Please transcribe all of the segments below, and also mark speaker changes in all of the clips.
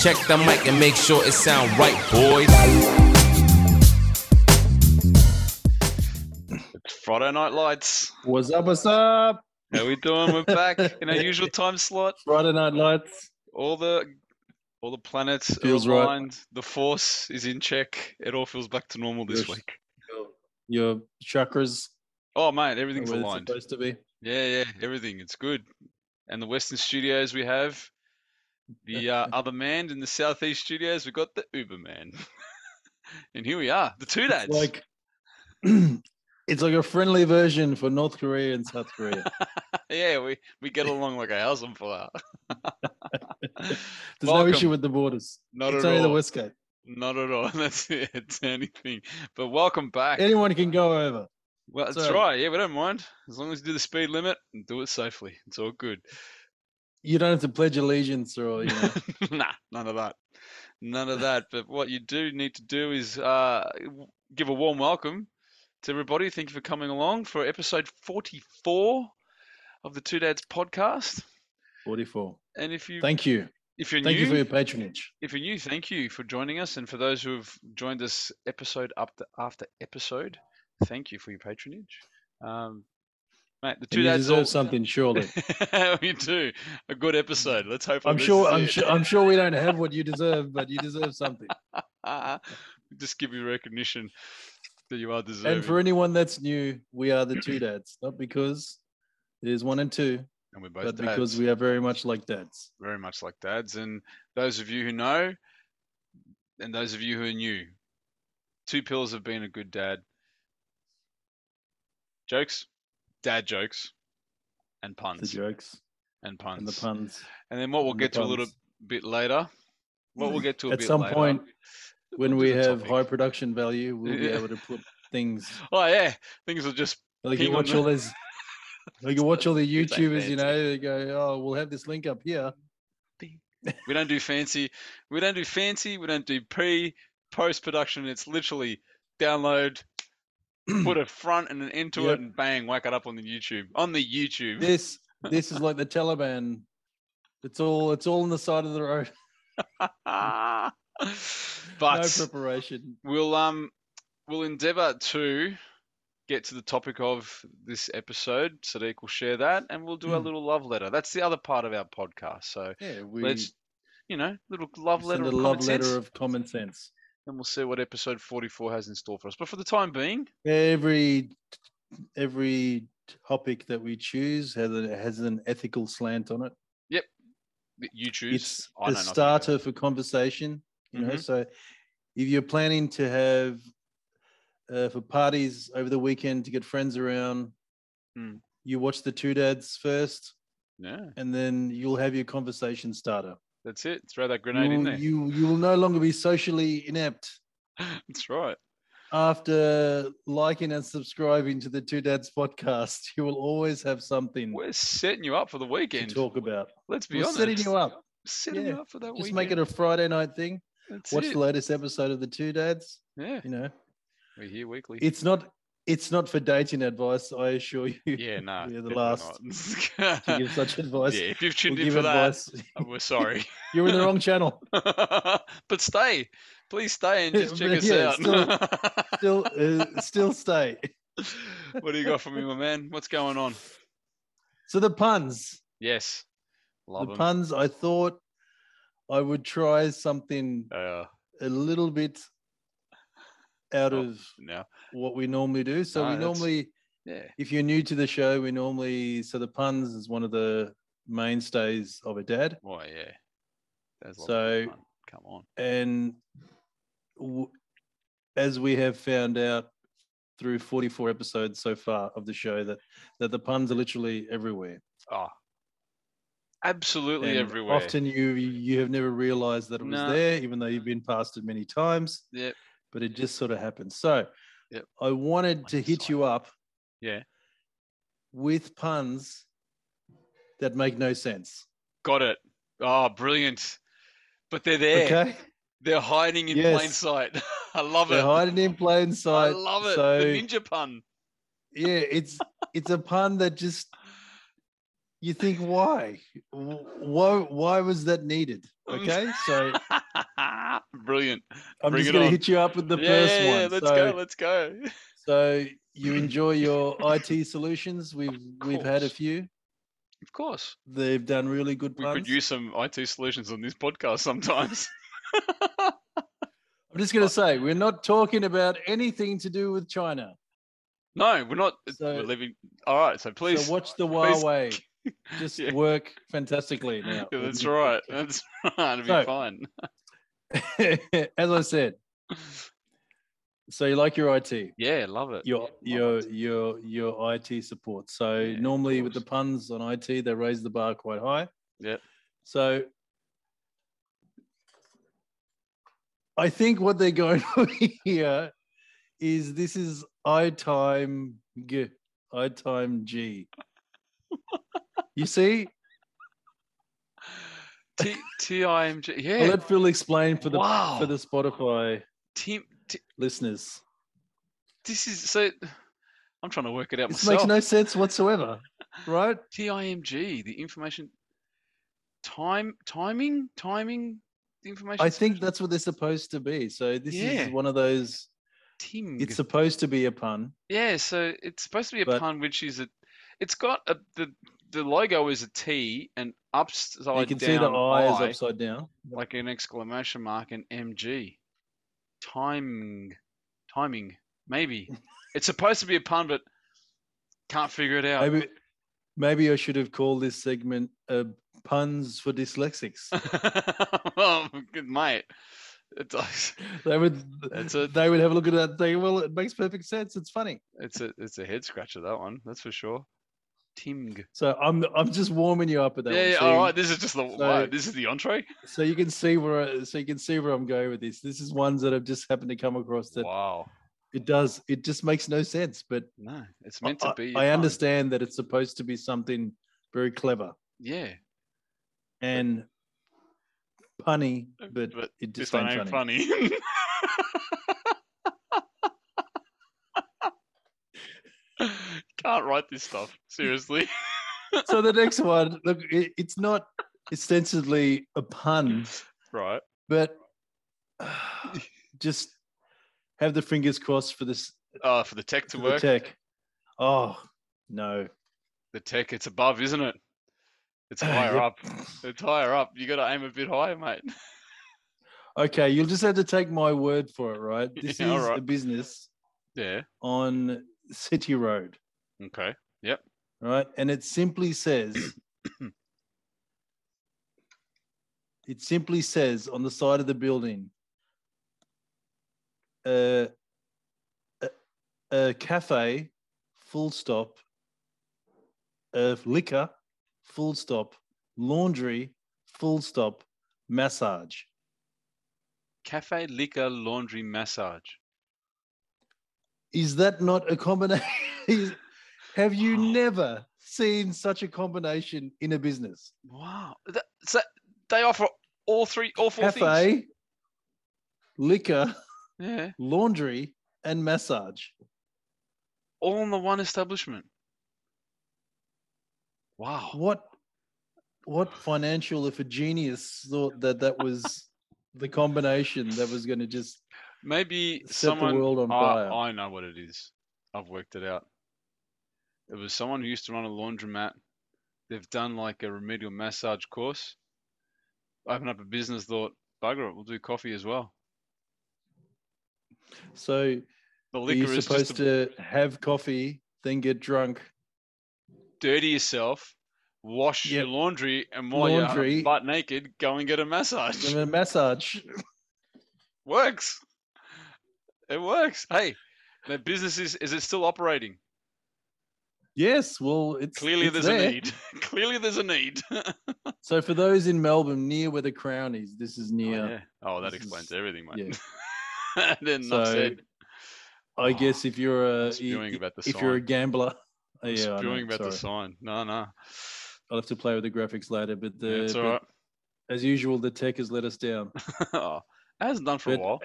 Speaker 1: Check the mic and make sure it sound right, boys.
Speaker 2: It's Friday Night Lights.
Speaker 3: What's up? What's up?
Speaker 2: How we doing? We're back in our usual time slot.
Speaker 3: Friday Night Lights.
Speaker 2: All the all the planets
Speaker 3: Feels
Speaker 2: are
Speaker 3: right.
Speaker 2: aligned. The force is in check. It all feels back to normal this
Speaker 3: Yes.
Speaker 2: week.
Speaker 3: Your chakras.
Speaker 2: Oh mate,
Speaker 3: are
Speaker 2: everything's
Speaker 3: where they're
Speaker 2: aligned.
Speaker 3: supposed to be.
Speaker 2: Yeah, yeah, everything. It's good. And the Western Studios we have the uh, other man in the Southeast Studios. We got the Uber man. and here we are, the two dads.
Speaker 3: It's like it's like a friendly version for North Korea and South Korea.
Speaker 2: yeah, we we get along like a house on fire.
Speaker 3: There's no
Speaker 2: Welcome.
Speaker 3: issue with the borders.
Speaker 2: Not
Speaker 3: it's
Speaker 2: at
Speaker 3: only
Speaker 2: all.
Speaker 3: the West Gate.
Speaker 2: Not at all. That's it. It's anything. But welcome back.
Speaker 3: Anyone can go over.
Speaker 2: well, that's
Speaker 3: so-
Speaker 2: right. Yeah, we don't mind as long as you do the speed limit and do it safely. It's all good.
Speaker 3: You don't have to pledge allegiance or you know.
Speaker 2: nah, none of that. None of that. But what you do need to do is uh, w- give a warm welcome to everybody. Thank you for coming along for episode 44 of the Two Dads podcast.
Speaker 3: 44.
Speaker 2: And if you
Speaker 3: Thank you.
Speaker 2: if you're
Speaker 3: Thank
Speaker 2: new,
Speaker 3: you for your patronage.
Speaker 2: if you're new, thank you for joining us. And for those who have joined us episode up to, after episode, thank you for your patronage. Um, mate, the
Speaker 3: And
Speaker 2: two
Speaker 3: you
Speaker 2: dads
Speaker 3: deserve
Speaker 2: all
Speaker 3: something, surely.
Speaker 2: we do a good episode. Let's hope.
Speaker 3: I'm sure. I'm sure. I'm sure we don't have what you deserve, but you deserve something.
Speaker 2: just give you recognition that you are deserving.
Speaker 3: And for anyone that's new, we are the two dads, not because there's one and two,
Speaker 2: And we're both
Speaker 3: but
Speaker 2: dads,
Speaker 3: because we are very much like dads.
Speaker 2: very much like dads. And those of you who know, and those of you who are new, two pillars of being a good dad: jokes, dad jokes, and
Speaker 3: The
Speaker 2: puns.
Speaker 3: jokes
Speaker 2: and puns. And,
Speaker 3: and the puns.
Speaker 2: then what we'll
Speaker 3: and the
Speaker 2: get to a little
Speaker 3: puns.
Speaker 2: bit later. What we'll get to a
Speaker 3: At
Speaker 2: bit
Speaker 3: some
Speaker 2: later,
Speaker 3: point, When
Speaker 2: we'll do
Speaker 3: we
Speaker 2: the
Speaker 3: have
Speaker 2: topic.
Speaker 3: high production value, we'll be
Speaker 2: Yeah.
Speaker 3: able to put things
Speaker 2: Oh yeah, things will just
Speaker 3: like
Speaker 2: Ping
Speaker 3: you
Speaker 2: on
Speaker 3: watch
Speaker 2: the-
Speaker 3: all these. Like you watch all the
Speaker 2: It's like
Speaker 3: YouTubers,
Speaker 2: fancy.
Speaker 3: you know, they go, "Oh, we'll have this link up here."
Speaker 2: we don't do fancy, we don't do fancy, we don't do pre post production. It's literally download, put a front and an end to
Speaker 3: Yep.
Speaker 2: it, and bang, whack it up on the YouTube. On the YouTube,
Speaker 3: This, this is like the Taliban. It's all, it's all on the side of the road. No
Speaker 2: but
Speaker 3: preparation.
Speaker 2: we'll um we'll endeavour to get to the topic of this episode. Sadiq will share that, and we'll do our
Speaker 3: Mm.
Speaker 2: little love letter. That's the other part of our podcast. So
Speaker 3: Yeah, we
Speaker 2: let's, you know, little love letter,
Speaker 3: send a
Speaker 2: of
Speaker 3: love
Speaker 2: common
Speaker 3: letter
Speaker 2: sense,
Speaker 3: of common sense.
Speaker 2: and we'll see what episode forty-four has in store for us. But for the time being,
Speaker 3: every every topic that we choose has a, has an ethical slant on it
Speaker 2: y- you choose.
Speaker 3: it's
Speaker 2: I
Speaker 3: a
Speaker 2: know nothing about
Speaker 3: starter for conversation you
Speaker 2: Mm-hmm.
Speaker 3: know so if you're planning to have uh, for parties over the weekend to get friends around
Speaker 2: Mm.
Speaker 3: you watch the two dads first
Speaker 2: Yeah,
Speaker 3: and then you'll have your conversation starter
Speaker 2: that's it. Throw that
Speaker 3: you
Speaker 2: grenade in
Speaker 3: will,
Speaker 2: there.
Speaker 3: you, you will no longer be socially inept
Speaker 2: That's right.
Speaker 3: after liking and subscribing to the Two Dads podcast, you will always have something
Speaker 2: We're setting you up for the
Speaker 3: to
Speaker 2: weekend.
Speaker 3: talk about.
Speaker 2: Let's be
Speaker 3: We're
Speaker 2: honest.
Speaker 3: setting you up.
Speaker 2: Setting
Speaker 3: yeah.
Speaker 2: you up for that
Speaker 3: Just
Speaker 2: weekend.
Speaker 3: make it a Friday night thing.
Speaker 2: That's
Speaker 3: Watch
Speaker 2: it.
Speaker 3: the latest episode of the Two Dads.
Speaker 2: yeah,
Speaker 3: You know,
Speaker 2: we're here weekly.
Speaker 3: it's not it's not for dating advice. I assure you.
Speaker 2: yeah, no.
Speaker 3: we're the
Speaker 2: definitely
Speaker 3: last
Speaker 2: not.
Speaker 3: To give such advice,
Speaker 2: Yeah, if you've
Speaker 3: We'll
Speaker 2: tuned in
Speaker 3: give
Speaker 2: for
Speaker 3: advice.
Speaker 2: that, uh, we're sorry.
Speaker 3: You're in the wrong channel.
Speaker 2: but stay. Please stay and just check
Speaker 3: Yeah,
Speaker 2: us out.
Speaker 3: Still, uh, still stay.
Speaker 2: what do you got for me, my man? What's going on?
Speaker 3: So the puns.
Speaker 2: Yes. Love
Speaker 3: the
Speaker 2: 'em.
Speaker 3: puns. I thought I would try something
Speaker 2: Uh,
Speaker 3: a little bit out
Speaker 2: Oh.
Speaker 3: of
Speaker 2: now,
Speaker 3: what we normally do. So
Speaker 2: No,
Speaker 3: we
Speaker 2: that's-
Speaker 3: normally,
Speaker 2: yeah.
Speaker 3: if you're new to the show, we normally so the puns is one of the mainstays of a dad,
Speaker 2: Well, Oh, yeah. There's lots of
Speaker 3: So-
Speaker 2: fun. come on.
Speaker 3: and w- as we have found out through 44 episodes so far of the show, that that the puns are literally everywhere.
Speaker 2: Oh, absolutely
Speaker 3: And
Speaker 2: everywhere.
Speaker 3: Often you you have never realised that it was
Speaker 2: No.
Speaker 3: there, even though you've been past it many times.
Speaker 2: Yep.
Speaker 3: But it just sort of happens. So
Speaker 2: Yep.
Speaker 3: I wanted
Speaker 2: Like
Speaker 3: to
Speaker 2: this
Speaker 3: hit
Speaker 2: one.
Speaker 3: you up.
Speaker 2: Yeah.
Speaker 3: With puns that make no sense.
Speaker 2: Got it. Oh, brilliant. But they're there.
Speaker 3: Okay.
Speaker 2: They're hiding in plain
Speaker 3: Yes.
Speaker 2: sight. I love
Speaker 3: They're
Speaker 2: it.
Speaker 3: hiding in plain
Speaker 2: I
Speaker 3: sight.
Speaker 2: love it.
Speaker 3: So
Speaker 2: the ninja pun.
Speaker 3: yeah, it's it's a pun that just you think why? Wh- Why why was that needed? Okay, so
Speaker 2: Brilliant.
Speaker 3: I'm
Speaker 2: Bring
Speaker 3: just
Speaker 2: it
Speaker 3: going to
Speaker 2: on.
Speaker 3: hit you up with the
Speaker 2: yeah,
Speaker 3: first
Speaker 2: yeah,
Speaker 3: one.
Speaker 2: yeah, Let's
Speaker 3: so,
Speaker 2: go. Let's go.
Speaker 3: so you enjoy your IT solutions? We've we've had a
Speaker 2: course.
Speaker 3: few.
Speaker 2: Of course.
Speaker 3: They've done really good
Speaker 2: We
Speaker 3: puns.
Speaker 2: could use some IT solutions on this podcast sometimes.
Speaker 3: I'm just going to say we're not talking about anything to do with China.
Speaker 2: no, we're not.
Speaker 3: So-
Speaker 2: we're living. All right. So please.
Speaker 3: so watch the
Speaker 2: please-
Speaker 3: Huawei just
Speaker 2: Yeah.
Speaker 3: work fantastically now.
Speaker 2: Yeah, that's right. That's right. It'll be
Speaker 3: So-
Speaker 2: fine.
Speaker 3: As I said, so you like your IT.
Speaker 2: Yeah, love it.
Speaker 3: your your your your IT support. So
Speaker 2: Yeah, of
Speaker 3: normally with the
Speaker 2: course.
Speaker 3: puns on IT, they raise the bar quite high.
Speaker 2: Yep.
Speaker 3: So I think what they're going for here is this is I time G, I time G. You see,
Speaker 2: T T I M G.
Speaker 3: I'll
Speaker 2: Yeah.
Speaker 3: let Phil explain for the
Speaker 2: wow.
Speaker 3: for the Spotify
Speaker 2: Tim, t-
Speaker 3: listeners.
Speaker 2: this is so. I'm trying to work it out
Speaker 3: This
Speaker 2: myself.
Speaker 3: makes no sense whatsoever, right?
Speaker 2: TIMG, the information time timing timing the information.
Speaker 3: I think that's what they're supposed to be. So this
Speaker 2: Yeah.
Speaker 3: is one of those.
Speaker 2: Ting.
Speaker 3: It's supposed to be a pun.
Speaker 2: yeah, so it's supposed to be a
Speaker 3: but-
Speaker 2: pun, which is a. It's got a the the logo is a T and upside
Speaker 3: you can
Speaker 2: down
Speaker 3: see the eye is
Speaker 2: I,
Speaker 3: upside down.
Speaker 2: like an exclamation mark and MG. Timing, timing, maybe. it's supposed to be a pun, but can't figure it out.
Speaker 3: Maybe, maybe I should have called this segment uh, "Puns for Dyslexics."
Speaker 2: well, good mate. It's,
Speaker 3: they would,
Speaker 2: That's it.
Speaker 3: they would have a look at that. And think, well, it makes perfect sense. It's funny.
Speaker 2: It's a it's a head scratcher that one, that's for sure. Ting.
Speaker 3: So I'm, I'm just warming you up with that.
Speaker 2: Yeah,
Speaker 3: one.
Speaker 2: yeah,
Speaker 3: so
Speaker 2: all
Speaker 3: you-
Speaker 2: right. This is just the wow,
Speaker 3: so-
Speaker 2: this is the entree.
Speaker 3: So you can see where, I- so you can see where I'm going with this. This is ones that I've just happened to come across that
Speaker 2: Wow.
Speaker 3: it does. It just makes no sense, but
Speaker 2: No, it's
Speaker 3: I-
Speaker 2: meant to
Speaker 3: I-
Speaker 2: be. a
Speaker 3: I
Speaker 2: pun.
Speaker 3: understand that it's supposed to be something very clever.
Speaker 2: Yeah,
Speaker 3: and punny, but
Speaker 2: but
Speaker 3: it
Speaker 2: this
Speaker 3: just
Speaker 2: one
Speaker 3: ain't
Speaker 2: ain't
Speaker 3: funny.
Speaker 2: funny. Can't write this stuff seriously.
Speaker 3: So the next one, look, it, it's not ostensibly a
Speaker 2: Mm.
Speaker 3: pun,
Speaker 2: right.
Speaker 3: but uh, just have the fingers crossed for this
Speaker 2: Uh, for the tech to
Speaker 3: for
Speaker 2: work,
Speaker 3: the tech. Oh no!
Speaker 2: the tech it's above, isn't it? It's
Speaker 3: Uh,
Speaker 2: higher
Speaker 3: yep.
Speaker 2: up. It's higher up. You got to aim a bit higher, mate.
Speaker 3: Okay, you'll just have to take my word for it, right? This
Speaker 2: Yeah, all
Speaker 3: is a
Speaker 2: right.
Speaker 3: business
Speaker 2: Yeah.
Speaker 3: on City Road,
Speaker 2: Okay.
Speaker 3: right? And it simply says. It simply says on the side of the building, uh, a, a cafe, full stop, of liquor, full stop, laundry, full stop, massage.
Speaker 2: Cafe, liquor, laundry, massage.
Speaker 3: Is that not a combination? Have you
Speaker 2: Wow.
Speaker 3: never seen such a combination in a business?
Speaker 2: Wow. That, so they offer all three, all four
Speaker 3: cafe,
Speaker 2: things.
Speaker 3: liquor,
Speaker 2: Yeah.
Speaker 3: laundry, and massage.
Speaker 2: All in the one establishment. Wow.
Speaker 3: what what financial if a genius thought that that was the combination that was going to just
Speaker 2: Maybe
Speaker 3: set the
Speaker 2: someone.
Speaker 3: world on
Speaker 2: I-
Speaker 3: fire
Speaker 2: I know what it is. I've worked it out. It was someone who used to run a laundromat. They've done like a remedial massage course. Open up a business, thought, bugger it, we'll do coffee as well.
Speaker 3: so
Speaker 2: The
Speaker 3: are you
Speaker 2: liquor is just
Speaker 3: supposed
Speaker 2: to
Speaker 3: to have coffee then get drunk
Speaker 2: dirty yourself, wash your
Speaker 3: Yep.
Speaker 2: laundry, and while
Speaker 3: Laundry.
Speaker 2: you're butt naked, go and get a massage.
Speaker 3: and a massage
Speaker 2: works. It works. Hey, the business is is it still operating?
Speaker 3: yes well it's
Speaker 2: Clearly
Speaker 3: it's
Speaker 2: there's
Speaker 3: there.
Speaker 2: a need. Clearly there's a need. Oh,
Speaker 3: so for those in melbourne near where the crown is this is near
Speaker 2: yeah. Oh, that
Speaker 3: This
Speaker 2: explains
Speaker 3: is-
Speaker 2: everything, mate. then
Speaker 3: So,
Speaker 2: enough said.
Speaker 3: i
Speaker 2: Oh,
Speaker 3: guess if you're a
Speaker 2: I'm spewing
Speaker 3: i-
Speaker 2: about the
Speaker 3: if you're a
Speaker 2: sign.
Speaker 3: gambler Oh,
Speaker 2: I'm
Speaker 3: yeah, I know,
Speaker 2: spewing about the
Speaker 3: sorry.
Speaker 2: sign. No, no.
Speaker 3: I'll have to play with the graphics later, but the
Speaker 2: Yeah, it's
Speaker 3: but
Speaker 2: all right.
Speaker 3: as usual, the tech has let us down.
Speaker 2: oh, it hasn't done for a
Speaker 3: but-
Speaker 2: while.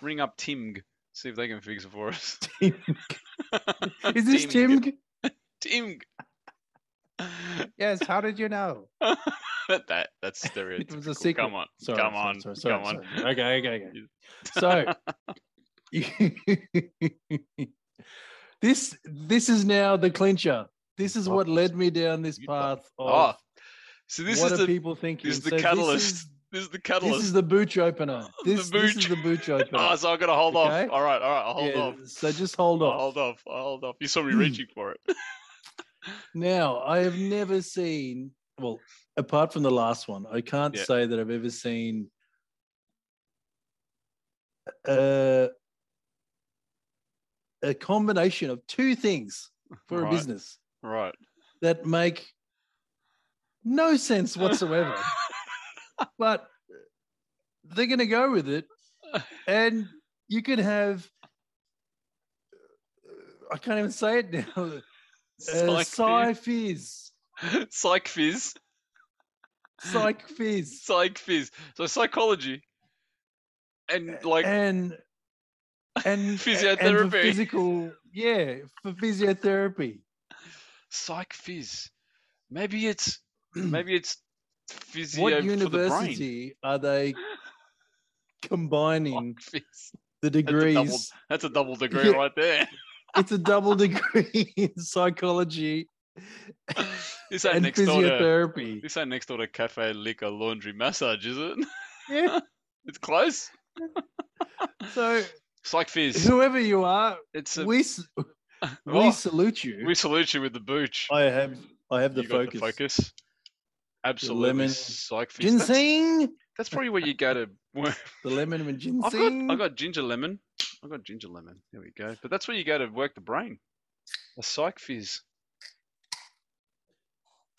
Speaker 2: Ring up Timg. See if they can fix it for us.
Speaker 3: Is this Tim?
Speaker 2: Timg.
Speaker 3: Yes. How did you know?
Speaker 2: that, that's That's stereotypical.
Speaker 3: It was a secret.
Speaker 2: Come on,
Speaker 3: Sorry,
Speaker 2: come
Speaker 3: sorry,
Speaker 2: on,
Speaker 3: sorry, sorry,
Speaker 2: come on.
Speaker 3: sorry. Okay, okay, okay. So this this is now the clincher. This is what led me down this
Speaker 2: You fuck-
Speaker 3: path
Speaker 2: Oh,
Speaker 3: of
Speaker 2: so this is
Speaker 3: what are
Speaker 2: the
Speaker 3: people thinking.
Speaker 2: this is the
Speaker 3: So
Speaker 2: catalyst.
Speaker 3: is-
Speaker 2: This is the
Speaker 3: This is
Speaker 2: catalyst.
Speaker 3: the booch opener.
Speaker 2: The
Speaker 3: This, this is
Speaker 2: booch.
Speaker 3: the booch opener.
Speaker 2: Oh, so I gotta hold
Speaker 3: Okay.
Speaker 2: off. All right, all right, I'll hold
Speaker 3: Yeah,
Speaker 2: off.
Speaker 3: So just hold
Speaker 2: I'll
Speaker 3: on.
Speaker 2: hold off. I'll hold off. You saw me reaching for it.
Speaker 3: Now, I have never seen, well, apart from the last one, I can't
Speaker 2: Yeah.
Speaker 3: say that I've ever seen uh, a combination of two things for
Speaker 2: Right.
Speaker 3: a business
Speaker 2: Right.
Speaker 3: that make no sense whatsoever. but they're going to go with it. And you could have, I can't even say it now. Uh,
Speaker 2: Psych,
Speaker 3: Psy Fizz.
Speaker 2: fizz. Psych fizz.
Speaker 3: Psych Fizz.
Speaker 2: Psych fizz. So psychology, and
Speaker 3: Eh,
Speaker 2: like
Speaker 3: and and and for
Speaker 2: Physiotherapy.
Speaker 3: physical yeah for physiotherapy
Speaker 2: psych fizz. Maybe it's maybe it's physio
Speaker 3: what
Speaker 2: for the brain.
Speaker 3: university are they combining
Speaker 2: Psych fizz.
Speaker 3: the
Speaker 2: Oh, double-
Speaker 3: degrees
Speaker 2: That's a double degree
Speaker 3: Yeah.
Speaker 2: right there.
Speaker 3: it's a double degree in psychology
Speaker 2: This ain't
Speaker 3: and
Speaker 2: next door to
Speaker 3: physiotherapy
Speaker 2: this ain't next door to cafe liquor laundry massage, is it?
Speaker 3: yeah
Speaker 2: It's close.
Speaker 3: so
Speaker 2: Psych fizz.
Speaker 3: whoever you are
Speaker 2: It's a, we,
Speaker 3: we s- we
Speaker 2: oh,
Speaker 3: salute you
Speaker 2: we salute you with the booch.
Speaker 3: i have i have the
Speaker 2: You got
Speaker 3: focus,
Speaker 2: focus. Absolutely.
Speaker 3: lemon-
Speaker 2: Psych fizz. That's-
Speaker 3: ginseng
Speaker 2: That's probably where you go to. where-
Speaker 3: the lemon and
Speaker 2: I've got,
Speaker 3: ginseng
Speaker 2: I got ginger lemon. I got ginger lemon. There we go. But that's where you go to work the brain. A psych fizz.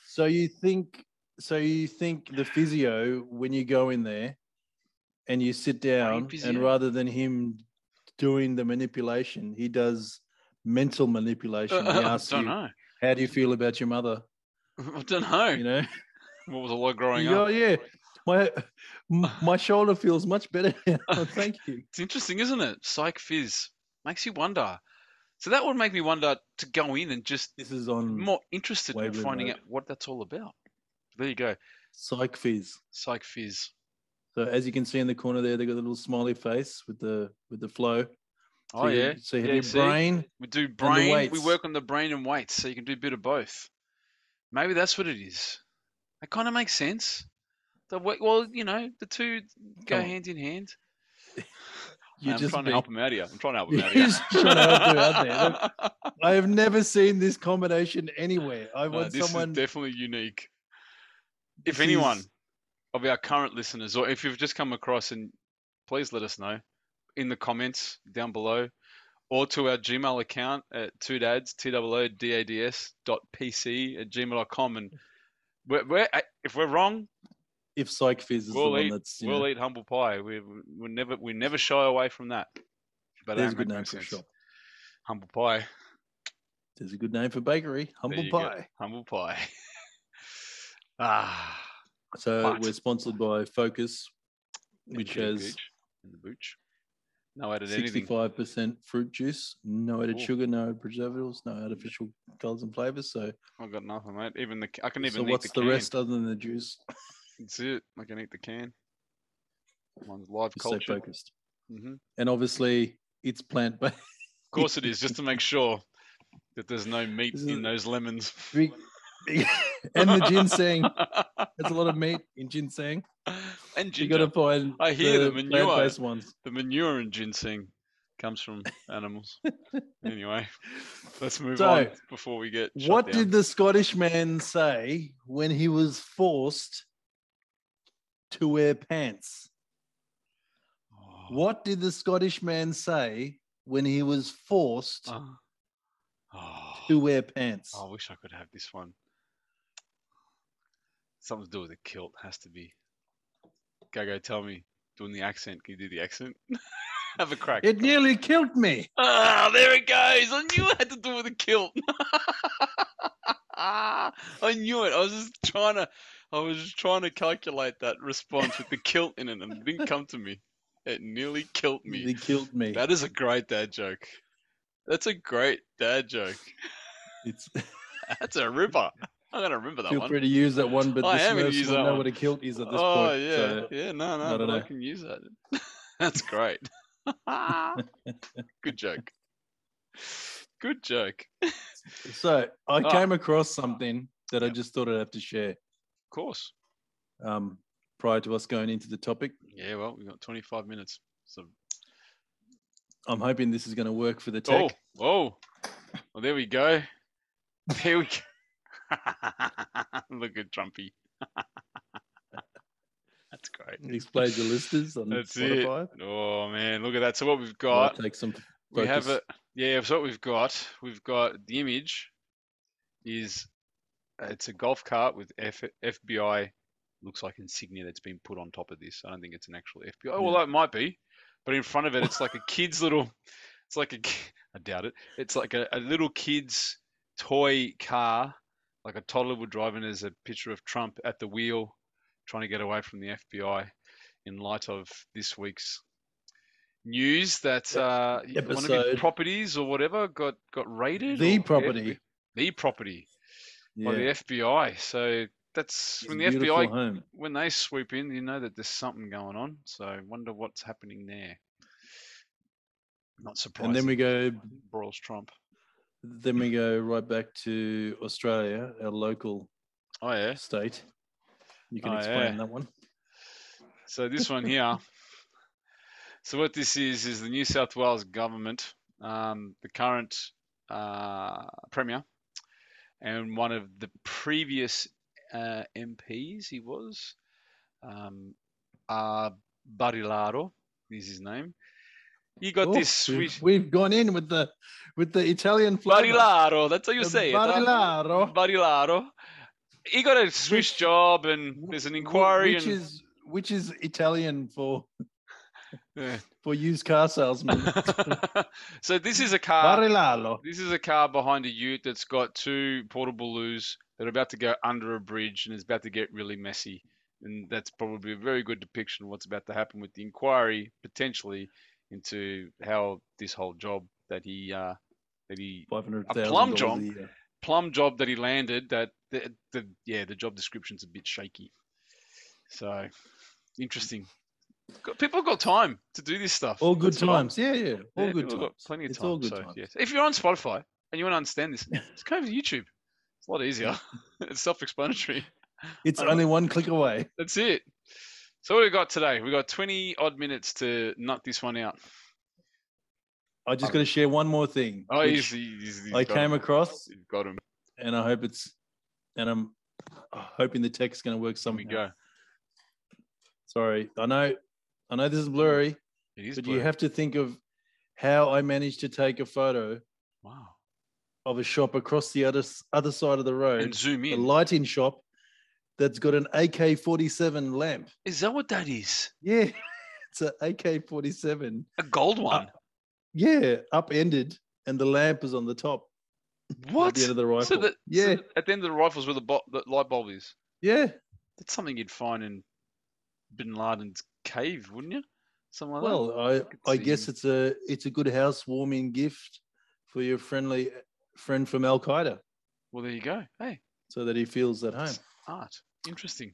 Speaker 3: So you think so you think the physio when you go in there and you sit down
Speaker 2: physio?
Speaker 3: and rather than him doing the manipulation, he does mental manipulation. He
Speaker 2: I
Speaker 3: asks
Speaker 2: don't
Speaker 3: you,
Speaker 2: know.
Speaker 3: How do you feel about your mother?
Speaker 2: I don't know.
Speaker 3: You know?
Speaker 2: What was a lot growing
Speaker 3: You go,
Speaker 2: up?
Speaker 3: yeah. My m- my shoulder feels much better now. Thank you.
Speaker 2: It's interesting, isn't it? Psych fizz makes you wonder. So that would make me wonder to go in and just
Speaker 3: This is on
Speaker 2: more interested in
Speaker 3: Wavelength
Speaker 2: finding
Speaker 3: mode.
Speaker 2: out what that's all about. There you go,
Speaker 3: psych fizz.
Speaker 2: psych fizz.
Speaker 3: So as you can see in the corner there, they got a little smiley face with the with the flow. So
Speaker 2: Oh
Speaker 3: you-
Speaker 2: yeah,
Speaker 3: So you
Speaker 2: Yeah,
Speaker 3: have your
Speaker 2: see?
Speaker 3: brain.
Speaker 2: we do
Speaker 3: the
Speaker 2: brain. We
Speaker 3: weights.
Speaker 2: work on the brain and weights, so you can do a bit of both. Maybe that's what it is. That kind of makes sense. The wa- well, you know, the two go
Speaker 3: Come on.
Speaker 2: hand in hand.
Speaker 3: You
Speaker 2: I'm
Speaker 3: just
Speaker 2: trying to
Speaker 3: be-
Speaker 2: help him out here. I'm trying to help him
Speaker 3: You're
Speaker 2: out here.
Speaker 3: just trying to help him out there. Look, I have never seen this combination anywhere. I
Speaker 2: No,
Speaker 3: want
Speaker 2: this
Speaker 3: someone.
Speaker 2: is definitely unique.
Speaker 3: this
Speaker 2: If anyone
Speaker 3: is-
Speaker 2: of our current listeners, or if you've just come across, and please let us know in the comments down below, or to our Gmail account at two dads t o o d a d s dot pc at gmail.com. And we're, we're eh, if we're wrong,
Speaker 3: if Psych Fizz is the
Speaker 2: we'll
Speaker 3: one
Speaker 2: eat
Speaker 3: that's you
Speaker 2: we'll
Speaker 3: know,
Speaker 2: eat humble pie. We we- we never we never shy away from that. But our
Speaker 3: there's a good
Speaker 2: make no
Speaker 3: name for a
Speaker 2: sense.
Speaker 3: shop.
Speaker 2: Humble pie,
Speaker 3: There's a good name for bakery, humble
Speaker 2: you go.
Speaker 3: pie.
Speaker 2: humble pie. ah,
Speaker 3: So
Speaker 2: But-
Speaker 3: we're sponsored by Focus,
Speaker 2: and
Speaker 3: Which
Speaker 2: Kitty
Speaker 3: has
Speaker 2: Peach and the booch. No added anything.
Speaker 3: sixty-five percent fruit juice, no added
Speaker 2: Cool.
Speaker 3: sugar, no added preservatives, no artificial colors and flavors. So,
Speaker 2: I got nothing, mate. Even the ca- I can even
Speaker 3: so
Speaker 2: eat
Speaker 3: what's
Speaker 2: the,
Speaker 3: the,
Speaker 2: can.
Speaker 3: rest other than the juice?
Speaker 2: That's it. I can eat the can. Mine's live
Speaker 3: Just stay
Speaker 2: culture.
Speaker 3: focused.
Speaker 2: hmm Of
Speaker 3: And obviously, it's plant-based.
Speaker 2: course it is, just to make sure that there's no meat
Speaker 3: This
Speaker 2: in
Speaker 3: is-
Speaker 2: those lemons.
Speaker 3: Big- big- and the ginseng. There's a lot of meat in ginseng.
Speaker 2: and
Speaker 3: You
Speaker 2: ginger.
Speaker 3: got to find
Speaker 2: I hear the
Speaker 3: the
Speaker 2: manure.
Speaker 3: plant-based ones.
Speaker 2: The manure and ginseng comes from animals. anyway, let's move
Speaker 3: So,
Speaker 2: on before we get. shut
Speaker 3: What
Speaker 2: down.
Speaker 3: did the Scottish man say when he was forced to wear pants?
Speaker 2: Oh,
Speaker 3: What did the Scottish man say when he was forced
Speaker 2: uh, oh.
Speaker 3: to wear pants?
Speaker 2: I wish I could have this one. Something to do with a kilt has to be. Gago, tell me, doing the accent. Can you do the accent? have a crack.
Speaker 3: It nearly killed me.
Speaker 2: Ah, there it goes. I knew it had to do with a kilt. I knew it. I was just trying to. I was just trying to calculate that response with the kilt in it, and it didn't come to me. It nearly killed me.
Speaker 3: It killed me.
Speaker 2: That is a great dad joke. That's a great dad joke.
Speaker 3: It's
Speaker 2: That's a ripper. I'm gonna remember that
Speaker 3: Feel
Speaker 2: one.
Speaker 3: free to use that one, but
Speaker 2: I
Speaker 3: this
Speaker 2: am gonna use
Speaker 3: nurse will
Speaker 2: that
Speaker 3: know
Speaker 2: one.
Speaker 3: what a kilt is at this
Speaker 2: oh
Speaker 3: point.
Speaker 2: yeah,
Speaker 3: so-
Speaker 2: yeah. No, no,
Speaker 3: I
Speaker 2: but
Speaker 3: don't
Speaker 2: I
Speaker 3: know.
Speaker 2: can use that. That's great. Good joke. Good joke. Of
Speaker 3: So I
Speaker 2: Ah.
Speaker 3: came across something that I
Speaker 2: Yep.
Speaker 3: just thought I'd have to share
Speaker 2: course.
Speaker 3: um, prior to us going into the topic.
Speaker 2: Yeah. Well, we've got 25 minutes. So.
Speaker 3: I'm hoping this is going to work for the tech.
Speaker 2: Oh. Oh. Well, there we go. There we go. Look at Trumpy. That's great.
Speaker 3: Explain to listeners on
Speaker 2: That's it.
Speaker 3: Spotify.
Speaker 2: Oh man, look at that. So what we've
Speaker 3: Might
Speaker 2: got,
Speaker 3: take some.
Speaker 2: we have
Speaker 3: focus.
Speaker 2: a yeah. So what we've got, we've got the image is uh, it's a golf cart with F, FBI looks like insignia that's been put on top of this. I don't think it's an actual FBI. Well, that might be, but in front of it, it's like a kid's little. It's like a. ki- I doubt it. It's like a, a little kid's toy car, like a toddler would drive, and there's a picture of Trump at the wheel, trying to get away from the FBI, in light of this week's news that uh, y- one of his
Speaker 3: Episode.
Speaker 2: properties or whatever got got raided.
Speaker 3: the
Speaker 2: or
Speaker 3: property.
Speaker 2: the property by
Speaker 3: Yeah.
Speaker 2: the FBI. So that's
Speaker 3: It's
Speaker 2: when
Speaker 3: a
Speaker 2: the FBI
Speaker 3: beautiful home.
Speaker 2: when they swoop in, you know that there's something going on. So I wonder what's happening there. Not surprising.
Speaker 3: And then we go.
Speaker 2: Broyles Trump.
Speaker 3: Then we go right back to Australia, our local
Speaker 2: Oh yeah.
Speaker 3: state. You can
Speaker 2: Oh,
Speaker 3: explain
Speaker 2: yeah.
Speaker 3: that one.
Speaker 2: So this one here. so what this is is the New South Wales government, um, the current uh, premier, and one of the previous uh, MPs. He was um, uh, Barilaro. Is his name? You got
Speaker 3: Oh,
Speaker 2: this
Speaker 3: we've,
Speaker 2: sweet
Speaker 3: we've gone in with the with the Italian flavor.
Speaker 2: Barilaro. That's how you
Speaker 3: The
Speaker 2: say it. huh?
Speaker 3: Barilaro.
Speaker 2: Barilaro. He got a Swiss
Speaker 3: Which-
Speaker 2: job, and there's an inquiry.
Speaker 3: which
Speaker 2: and,
Speaker 3: is which is Italian for
Speaker 2: Yeah.
Speaker 3: for used car salesman.
Speaker 2: so this is a car.
Speaker 3: Barilalo.
Speaker 2: This is a car behind a Ute that's got two portable loos that are about to go under a bridge and is about to get really messy. And that's probably a very good depiction of what's about to happen with the inquiry potentially into how this whole job that he uh, that he
Speaker 3: Five hundred
Speaker 2: A
Speaker 3: thousand.
Speaker 2: plum job. plum job that he landed that the, the yeah the job description's a bit shaky so interesting Got- people got time to do this stuff
Speaker 3: All good
Speaker 2: That's what I-
Speaker 3: times. Yeah, yeah. All
Speaker 2: yeah,
Speaker 3: good
Speaker 2: people got
Speaker 3: times.
Speaker 2: plenty of
Speaker 3: It's
Speaker 2: time
Speaker 3: all good
Speaker 2: so,
Speaker 3: times.
Speaker 2: yes. if you're on spotify and you want to understand this just go over to youtube it's a lot easier it's self-explanatory
Speaker 3: It's
Speaker 2: Um,
Speaker 3: only one click away.
Speaker 2: that's it so what we got today we got 20 odd minutes to nut this one out
Speaker 3: I just got to share one more thing.
Speaker 2: oh
Speaker 3: which
Speaker 2: he's, he's, he's
Speaker 3: I
Speaker 2: got
Speaker 3: came
Speaker 2: him.
Speaker 3: across,
Speaker 2: You've got him
Speaker 3: and I hope it's, and I'm oh, hoping the tech's going to work
Speaker 2: here we
Speaker 3: somehow.
Speaker 2: go
Speaker 3: Sorry, I know, I know this is blurry,
Speaker 2: it is
Speaker 3: but
Speaker 2: blue.
Speaker 3: you have to think of how I managed to take a photo
Speaker 2: wow
Speaker 3: of a shop across the other s- other side of the
Speaker 2: and
Speaker 3: road,
Speaker 2: zoom
Speaker 3: a
Speaker 2: in
Speaker 3: lighting shop that's got an AK-47 lamp.
Speaker 2: is that what that is
Speaker 3: Yeah, it's an AK-47.
Speaker 2: A gold
Speaker 3: Uh,
Speaker 2: one.
Speaker 3: Yeah, upended, and the lamp is on the top.
Speaker 2: what?
Speaker 3: At the end of the rifle.
Speaker 2: So that, so
Speaker 3: yeah,
Speaker 2: that at the end of the rifles where the, bo- the light bulb is.
Speaker 3: yeah.
Speaker 2: That's something you'd find in Bin Laden's cave, wouldn't you? Something like
Speaker 3: Well, I
Speaker 2: could
Speaker 3: I
Speaker 2: see
Speaker 3: guess
Speaker 2: him.
Speaker 3: it's a it's a good housewarming gift for your friendly friend from Al Qaeda,
Speaker 2: that. Well, there you go. Hey,
Speaker 3: so that he feels at home.
Speaker 2: art. Interesting.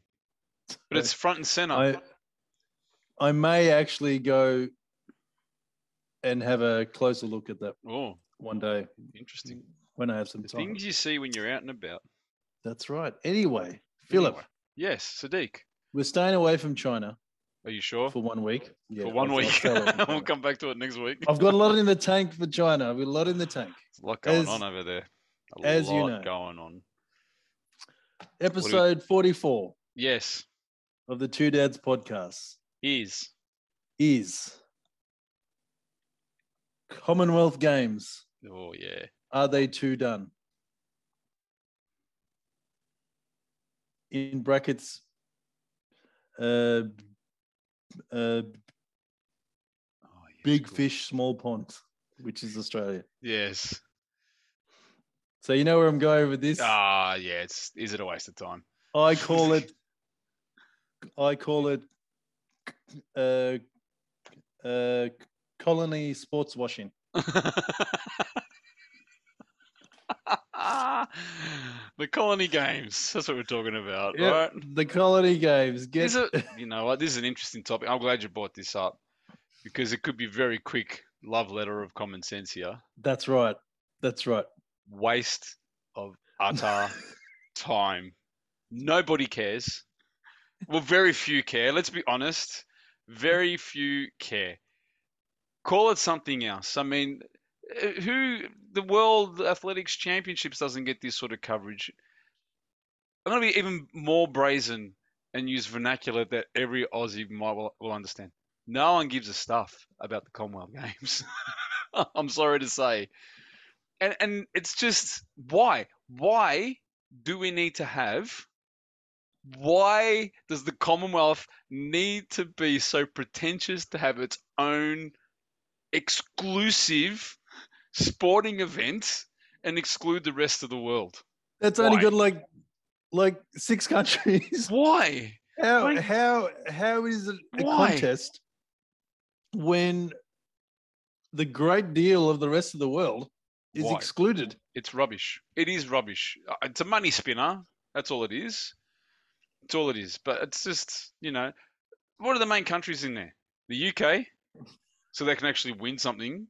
Speaker 2: But it's front and center.
Speaker 3: I I may actually go and have a closer look at that
Speaker 2: oh,
Speaker 3: one day Mm,
Speaker 2: interesting.
Speaker 3: when I have some
Speaker 2: The
Speaker 3: time.
Speaker 2: things you see when you're out and about.
Speaker 3: That's right. Anyway, Philip,
Speaker 2: Anyway. Yes, Sadiq.
Speaker 3: we're staying away from China
Speaker 2: Are you sure? For,
Speaker 3: for one week. Yeah,
Speaker 2: one
Speaker 3: I'll- I'll
Speaker 2: week.
Speaker 3: tell him about
Speaker 2: we'll
Speaker 3: it.
Speaker 2: come back to it next week.
Speaker 3: I've got a lot in the tank for China. We've got a lot in the tank.
Speaker 2: There's a lot going
Speaker 3: as-
Speaker 2: on over there. A
Speaker 3: as
Speaker 2: lot
Speaker 3: you know.
Speaker 2: going on.
Speaker 3: Episode 44
Speaker 2: Yes,
Speaker 3: of the Two Dads podcast.
Speaker 2: is.
Speaker 3: is Commonwealth Games.
Speaker 2: Oh, yeah.
Speaker 3: Are they too done? In brackets, uh, uh,
Speaker 2: Oh, yeah,
Speaker 3: big
Speaker 2: cool.
Speaker 3: fish, small pond, which is Australia.
Speaker 2: Yes.
Speaker 3: So you know where I'm going with this.
Speaker 2: Ah, yeah. It's is it a waste of time?
Speaker 3: I call it. I call it. Uh, uh, colony sports washing.
Speaker 2: The colony games. That's what we're talking about.
Speaker 3: Yep,
Speaker 2: All right.
Speaker 3: The colony games. Get
Speaker 2: Is it? You know what? This is an interesting topic. I'm glad you brought this up because it could be very quick love letter of common sense here.
Speaker 3: That's right. That's right.
Speaker 2: Waste of utter time. Nobody cares. Well, very few care. Let's be honest. Very few care. Call it something else. I mean, uh, who the World Athletics Championships doesn't get this sort of coverage. I'm going to be even more brazen and use vernacular that every Aussie might will, will understand. No one gives a stuff about the Commonwealth Games. I'm sorry to say. And and it's just why? Why do we need to have why does the Commonwealth need to be so pretentious to have its own exclusive sporting event and exclude the rest of the world?
Speaker 3: That's only
Speaker 2: Why?
Speaker 3: got like like six countries.
Speaker 2: Why?
Speaker 3: How
Speaker 2: Like-
Speaker 3: how how is it a
Speaker 2: Why?
Speaker 3: contest when the great deal of the rest of the world is
Speaker 2: Why?
Speaker 3: excluded?
Speaker 2: It's rubbish. It is rubbish. Uh, It's a money spinner. That's all it is. It's all it is. But it's just, you know, what are the main countries in there? The UK, so they can actually win something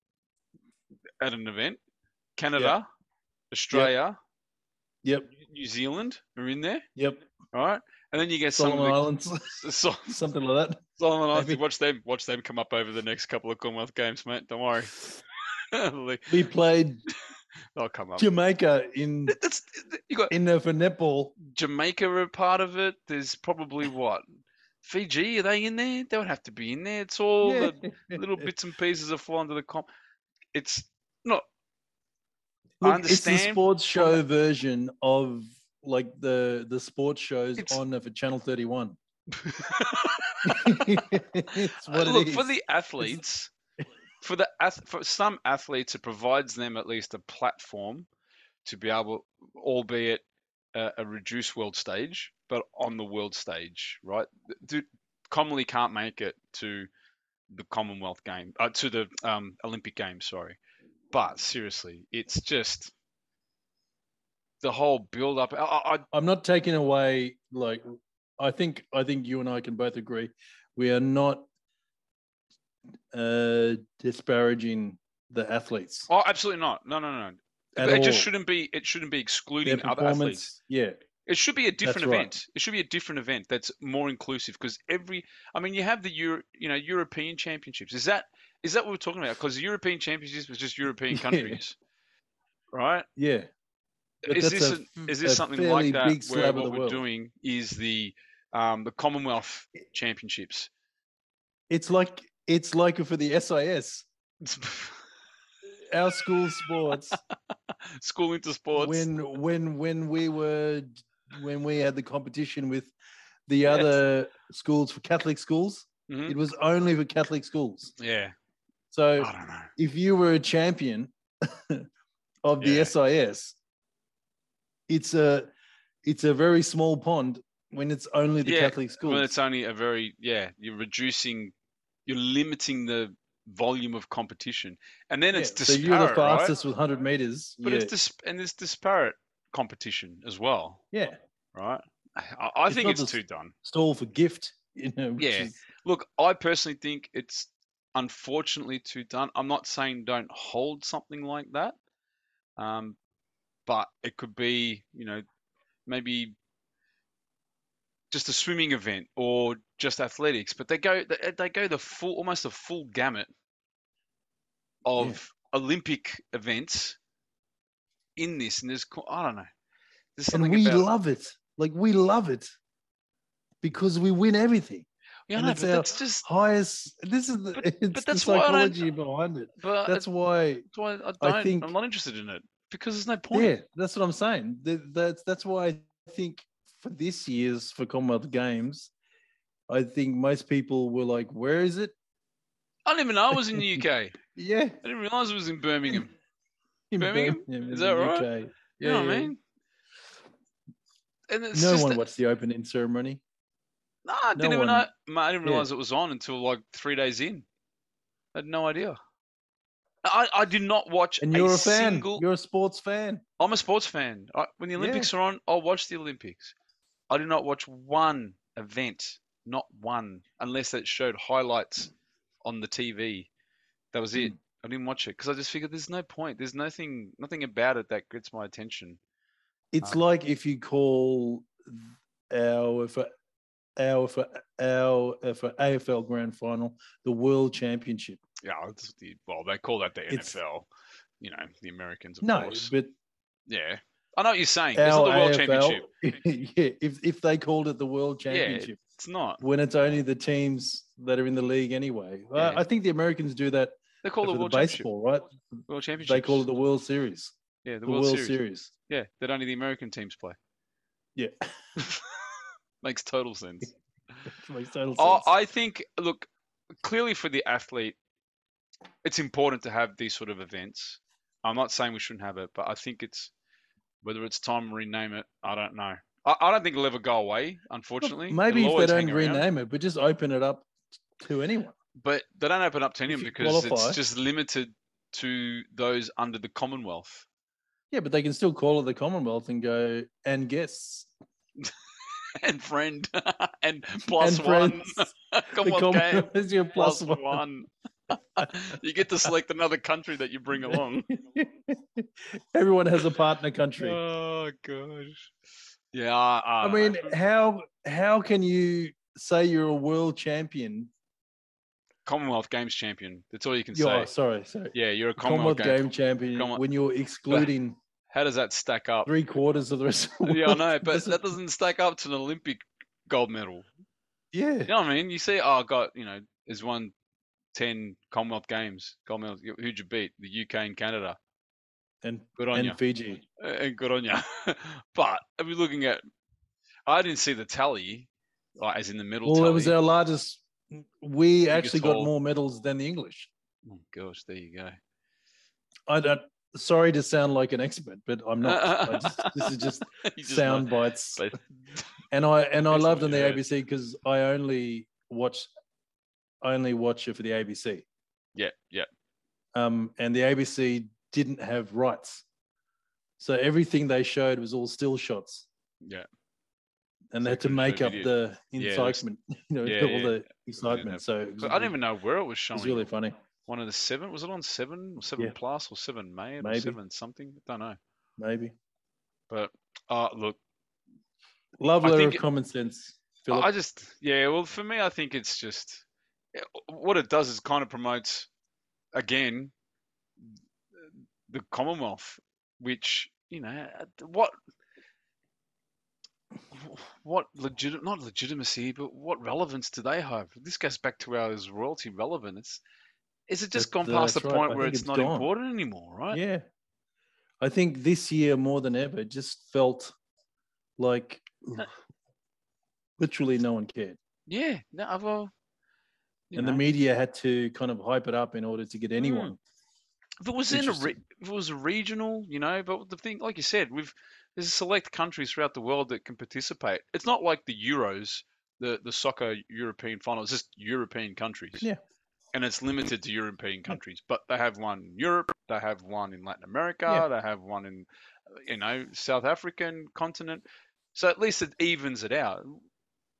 Speaker 2: at an event. Canada, Australia,
Speaker 3: Yep.
Speaker 2: New Zealand are in there.
Speaker 3: Yep.
Speaker 2: All right. And then you get some
Speaker 3: Solomon
Speaker 2: of
Speaker 3: Islands,
Speaker 2: the, so,
Speaker 3: something like that.
Speaker 2: Solomon Islands.
Speaker 3: Maybe.
Speaker 2: Watch them. Watch them come up over the next couple of Commonwealth Games, mate. Don't worry. They-
Speaker 3: We played
Speaker 2: They'll come up.
Speaker 3: Jamaica in
Speaker 2: That's, you got
Speaker 3: in uh, for netball.
Speaker 2: Jamaica are part of it. There's probably what Fiji are they in there? They would have to be in there. It's all the little bits and pieces that fall under the comp. It's I
Speaker 3: Look, it's the
Speaker 2: understand
Speaker 3: sports show version of like the the sports shows
Speaker 2: It's-
Speaker 3: on uh, for Channel Thirty One. it's what
Speaker 2: look
Speaker 3: it is.
Speaker 2: for the athletes. For the ath- for some athletes, it provides them at least a platform to be able, albeit a, a reduced world stage, but on the world stage, right? Th- Dude, commonly can't make it to the Commonwealth game, uh, to the um, Olympic Games, sorry. But seriously, it's just the whole build up. I, I, I-
Speaker 3: I'm not taking away like I think I think you and I can both agree we are not uh disparaging the athletes
Speaker 2: oh, absolutely not. No, no, no. no.
Speaker 3: at
Speaker 2: it
Speaker 3: all.
Speaker 2: just shouldn't be. It shouldn't be
Speaker 3: Their
Speaker 2: excluding other athletes.
Speaker 3: performance, yeah,
Speaker 2: It should be a different
Speaker 3: right.
Speaker 2: event. It should be a different event that's more inclusive because every I mean you have the Euro, you know European Championships. Is that is that what we're talking about? Because the European Championships was just European
Speaker 3: Yeah.
Speaker 2: countries. Right?
Speaker 3: yeah. But
Speaker 2: is
Speaker 3: that's
Speaker 2: this
Speaker 3: a
Speaker 2: an-
Speaker 3: f-
Speaker 2: is
Speaker 3: a
Speaker 2: this something like
Speaker 3: fairly
Speaker 2: that
Speaker 3: big
Speaker 2: where
Speaker 3: slab
Speaker 2: what
Speaker 3: of the
Speaker 2: we're
Speaker 3: world.
Speaker 2: doing is the um, the Commonwealth Championships?
Speaker 3: It's like it's like for the SIS, our school sports.
Speaker 2: School into sports.
Speaker 3: when when when we were when we had the competition with the other schools for Catholic schools,
Speaker 2: Mhm.
Speaker 3: it was only for Catholic schools.
Speaker 2: Yeah. I
Speaker 3: So
Speaker 2: don't know.
Speaker 3: if you were a champion of the
Speaker 2: Yeah.
Speaker 3: SIS, it's a it's a very small pond when it's only the
Speaker 2: Yeah,
Speaker 3: Catholic schools.
Speaker 2: Well, it's only a very yeah. You're reducing, you're limiting the volume of competition, and then it's
Speaker 3: Yeah, so you're the
Speaker 2: disparate, right?
Speaker 3: fastest with 100 meters.
Speaker 2: But
Speaker 3: yeah.
Speaker 2: it's dis- and it's disparate competition as well,
Speaker 3: yeah,
Speaker 2: right? I, I
Speaker 3: It's
Speaker 2: think
Speaker 3: not
Speaker 2: it's
Speaker 3: just-
Speaker 2: too done.
Speaker 3: stall for gift. You know, which
Speaker 2: Yeah.
Speaker 3: is-
Speaker 2: Look, I personally think it's unfortunately too done. I'm not saying don't hold something like that, um, but it could be, you know, maybe just a swimming event or just athletics. But they go they, they go the full almost the full gamut of Olympic events in this, and there's co- I don't know. There's
Speaker 3: and
Speaker 2: something
Speaker 3: we
Speaker 2: about,
Speaker 3: love it. Like we love it because we win everything.
Speaker 2: yeah, I
Speaker 3: and
Speaker 2: know,
Speaker 3: it's
Speaker 2: but
Speaker 3: our-
Speaker 2: that's just
Speaker 3: highest. This is the,
Speaker 2: But-
Speaker 3: it's
Speaker 2: but
Speaker 3: the
Speaker 2: that's why I don't- Uh,
Speaker 3: psychology behind it.
Speaker 2: but
Speaker 3: That's why.
Speaker 2: That's why I don't. I
Speaker 3: think-
Speaker 2: am not interested in it because there's no point.
Speaker 3: Yeah, that's what I'm saying. Th- That's that's why I think for this year's for Commonwealth Games, I think most people were like, "Where is it?"
Speaker 2: I didn't even know I was in the UK. I
Speaker 3: Yeah,
Speaker 2: didn't realize it was in Birmingham.
Speaker 3: in
Speaker 2: Birmingham?
Speaker 3: Birmingham,
Speaker 2: Is
Speaker 3: in
Speaker 2: that
Speaker 3: the
Speaker 2: right?
Speaker 3: UK.
Speaker 2: You know what I mean? And it's
Speaker 3: No
Speaker 2: just
Speaker 3: one
Speaker 2: that-
Speaker 3: watched the opening ceremony.
Speaker 2: No, I
Speaker 3: no
Speaker 2: didn't even know.
Speaker 3: one-
Speaker 2: mate, I didn't
Speaker 3: yeah.
Speaker 2: realize it was on until like three days in. I had no idea. I, I did not watch
Speaker 3: And you're a, fan.
Speaker 2: single.
Speaker 3: You're a sports fan.
Speaker 2: I'm a sports fan. I, when the
Speaker 3: Yeah.
Speaker 2: Olympics are on, I'll watch the Olympics. I do not watch one event, not one, unless it showed highlights on the TV. That was
Speaker 3: Hmm.
Speaker 2: it. I didn't watch it because I just figured there's no point. There's nothing, nothing about it that gets my attention.
Speaker 3: It's
Speaker 2: Um,
Speaker 3: like if you call th- our for our for our for AFL Grand Final the World Championship.
Speaker 2: Yeah, it's the, well, they call that the
Speaker 3: It's-
Speaker 2: NFL. You know, the Americans, of
Speaker 3: No,
Speaker 2: course.
Speaker 3: but
Speaker 2: Yeah, I know what you're saying. It's not
Speaker 3: our
Speaker 2: the World
Speaker 3: AFL.
Speaker 2: Championship.
Speaker 3: yeah, if if they called it the World
Speaker 2: Yeah.
Speaker 3: Championship.
Speaker 2: It's not.
Speaker 3: when it's only the teams that are in the league anyway. I-
Speaker 2: Yeah.
Speaker 3: I think the Americans do that
Speaker 2: They call it
Speaker 3: for
Speaker 2: the
Speaker 3: the
Speaker 2: World Championship.
Speaker 3: baseball, right?
Speaker 2: World Championship.
Speaker 3: They call it the World Series.
Speaker 2: yeah, the,
Speaker 3: The,
Speaker 2: World, Series.
Speaker 3: Series.
Speaker 2: Yeah, that only the American teams play.
Speaker 3: Yeah.
Speaker 2: Makes total sense.
Speaker 3: Makes total
Speaker 2: I,
Speaker 3: sense.
Speaker 2: I think, look, clearly for the athlete, it's important to have these sort of events. I'm not saying we shouldn't have it, but I think it's whether it's time to rename it. I don't know. I, I don't think it'll ever go away, unfortunately.
Speaker 3: Maybe
Speaker 2: It'll
Speaker 3: if they
Speaker 2: always
Speaker 3: don't
Speaker 2: hang around.
Speaker 3: rename it, but just open it up to anyone.
Speaker 2: but they don't open up to anyone
Speaker 3: you
Speaker 2: because
Speaker 3: qualify-
Speaker 2: it's just limited to those under the Commonwealth.
Speaker 3: Yeah, but they can still call it the Commonwealth and go and guests
Speaker 2: and friend and plus
Speaker 3: and
Speaker 2: one.
Speaker 3: friends.
Speaker 2: Come
Speaker 3: the
Speaker 2: on, game.
Speaker 3: Commonwealth is your
Speaker 2: Plus
Speaker 3: plus
Speaker 2: one.
Speaker 3: one.
Speaker 2: you get to select another country that you bring along.
Speaker 3: Everyone has a partner country.
Speaker 2: oh gosh. Yeah, uh, I, I
Speaker 3: I
Speaker 2: don't know.
Speaker 3: mean, how how can you say you're a world champion?
Speaker 2: Commonwealth Games champion. That's all you can
Speaker 3: You're
Speaker 2: say.
Speaker 3: sorry, sorry.
Speaker 2: Yeah, you're a
Speaker 3: Commonwealth
Speaker 2: Commonwealth, Games.
Speaker 3: Game Champion
Speaker 2: Commonwealth-
Speaker 3: when you're excluding
Speaker 2: How does that stack up?
Speaker 3: three quarters of the rest of the
Speaker 2: Yeah, I
Speaker 3: world.
Speaker 2: know, but
Speaker 3: This is-
Speaker 2: that doesn't stack up to an Olympic gold medal.
Speaker 3: yeah,
Speaker 2: You know what I mean? You see, oh, got you know, has won ten Commonwealth Games. Commonwealth, who'd you beat? The UK and Canada.
Speaker 3: and
Speaker 2: Good on you.
Speaker 3: and Fiji.
Speaker 2: Uh, and good on you. but I mean, looking at, I didn't see the tally, like as in the middle
Speaker 3: Well,
Speaker 2: tally.
Speaker 3: it was our largest. We actually got
Speaker 2: haul.
Speaker 3: more medals than the English.
Speaker 2: oh gosh, there you go.
Speaker 3: I don't. Sorry to sound like an expert, but I'm not. I just, this is just
Speaker 2: You just know-
Speaker 3: sound bites.
Speaker 2: but-
Speaker 3: And I and I
Speaker 2: That's
Speaker 3: loved
Speaker 2: what
Speaker 3: on the
Speaker 2: you heard.
Speaker 3: ABC because I only watch, I only watch it for the ABC.
Speaker 2: yeah, yeah.
Speaker 3: Um, and the ABC didn't have rights, so everything they showed was all still shots.
Speaker 2: Yeah. So
Speaker 3: And they
Speaker 2: they
Speaker 3: had to
Speaker 2: couldn't show
Speaker 3: make up
Speaker 2: video.
Speaker 3: the
Speaker 2: Yeah, that's-
Speaker 3: incitement, you know,
Speaker 2: yeah,
Speaker 3: all
Speaker 2: yeah.
Speaker 3: the excitement.
Speaker 2: have-
Speaker 3: So it was,
Speaker 2: 'Cause I didn't even know where it was
Speaker 3: it
Speaker 2: showing.
Speaker 3: was really funny.
Speaker 2: One of the seven was it on seven or seven
Speaker 3: Yeah.
Speaker 2: plus or seven May or
Speaker 3: Maybe.
Speaker 2: seven something? I don't know.
Speaker 3: Maybe
Speaker 2: But uh, look,
Speaker 3: love
Speaker 2: I
Speaker 3: letter
Speaker 2: think
Speaker 3: of
Speaker 2: it-
Speaker 3: common sense.
Speaker 2: I-
Speaker 3: Philip.
Speaker 2: I just, yeah, well, for me, I think it's just yeah, what it does is kind of promotes, again, the Commonwealth, which, you know, what, what legit, not legitimacy, but what relevance do they have? This goes back to our is royalty relevant? It's, is it just
Speaker 3: That-
Speaker 2: gone past the
Speaker 3: that's right.
Speaker 2: point
Speaker 3: I
Speaker 2: where
Speaker 3: think
Speaker 2: it's,
Speaker 3: it's
Speaker 2: not
Speaker 3: gone.
Speaker 2: important anymore, right?
Speaker 3: yeah, I think this year more than ever it just felt like
Speaker 2: Uh,
Speaker 3: literally no one cared,
Speaker 2: Yeah. No, I- well, you
Speaker 3: and the
Speaker 2: know. Mm.
Speaker 3: media had to kind of hype it up in order to get anyone.
Speaker 2: If it was in a re-
Speaker 3: Interesting.
Speaker 2: if it was a regional, you know, but the thing, like you said, we've there's select countries throughout the world that can participate. It's not like the Euros, the the soccer European final. It's just European countries.
Speaker 3: Yeah.
Speaker 2: And it's limited to European countries, but they have one in Europe, they have one in Latin America,
Speaker 3: Yeah.
Speaker 2: they have one in, you know, South African continent. So at least it evens it out.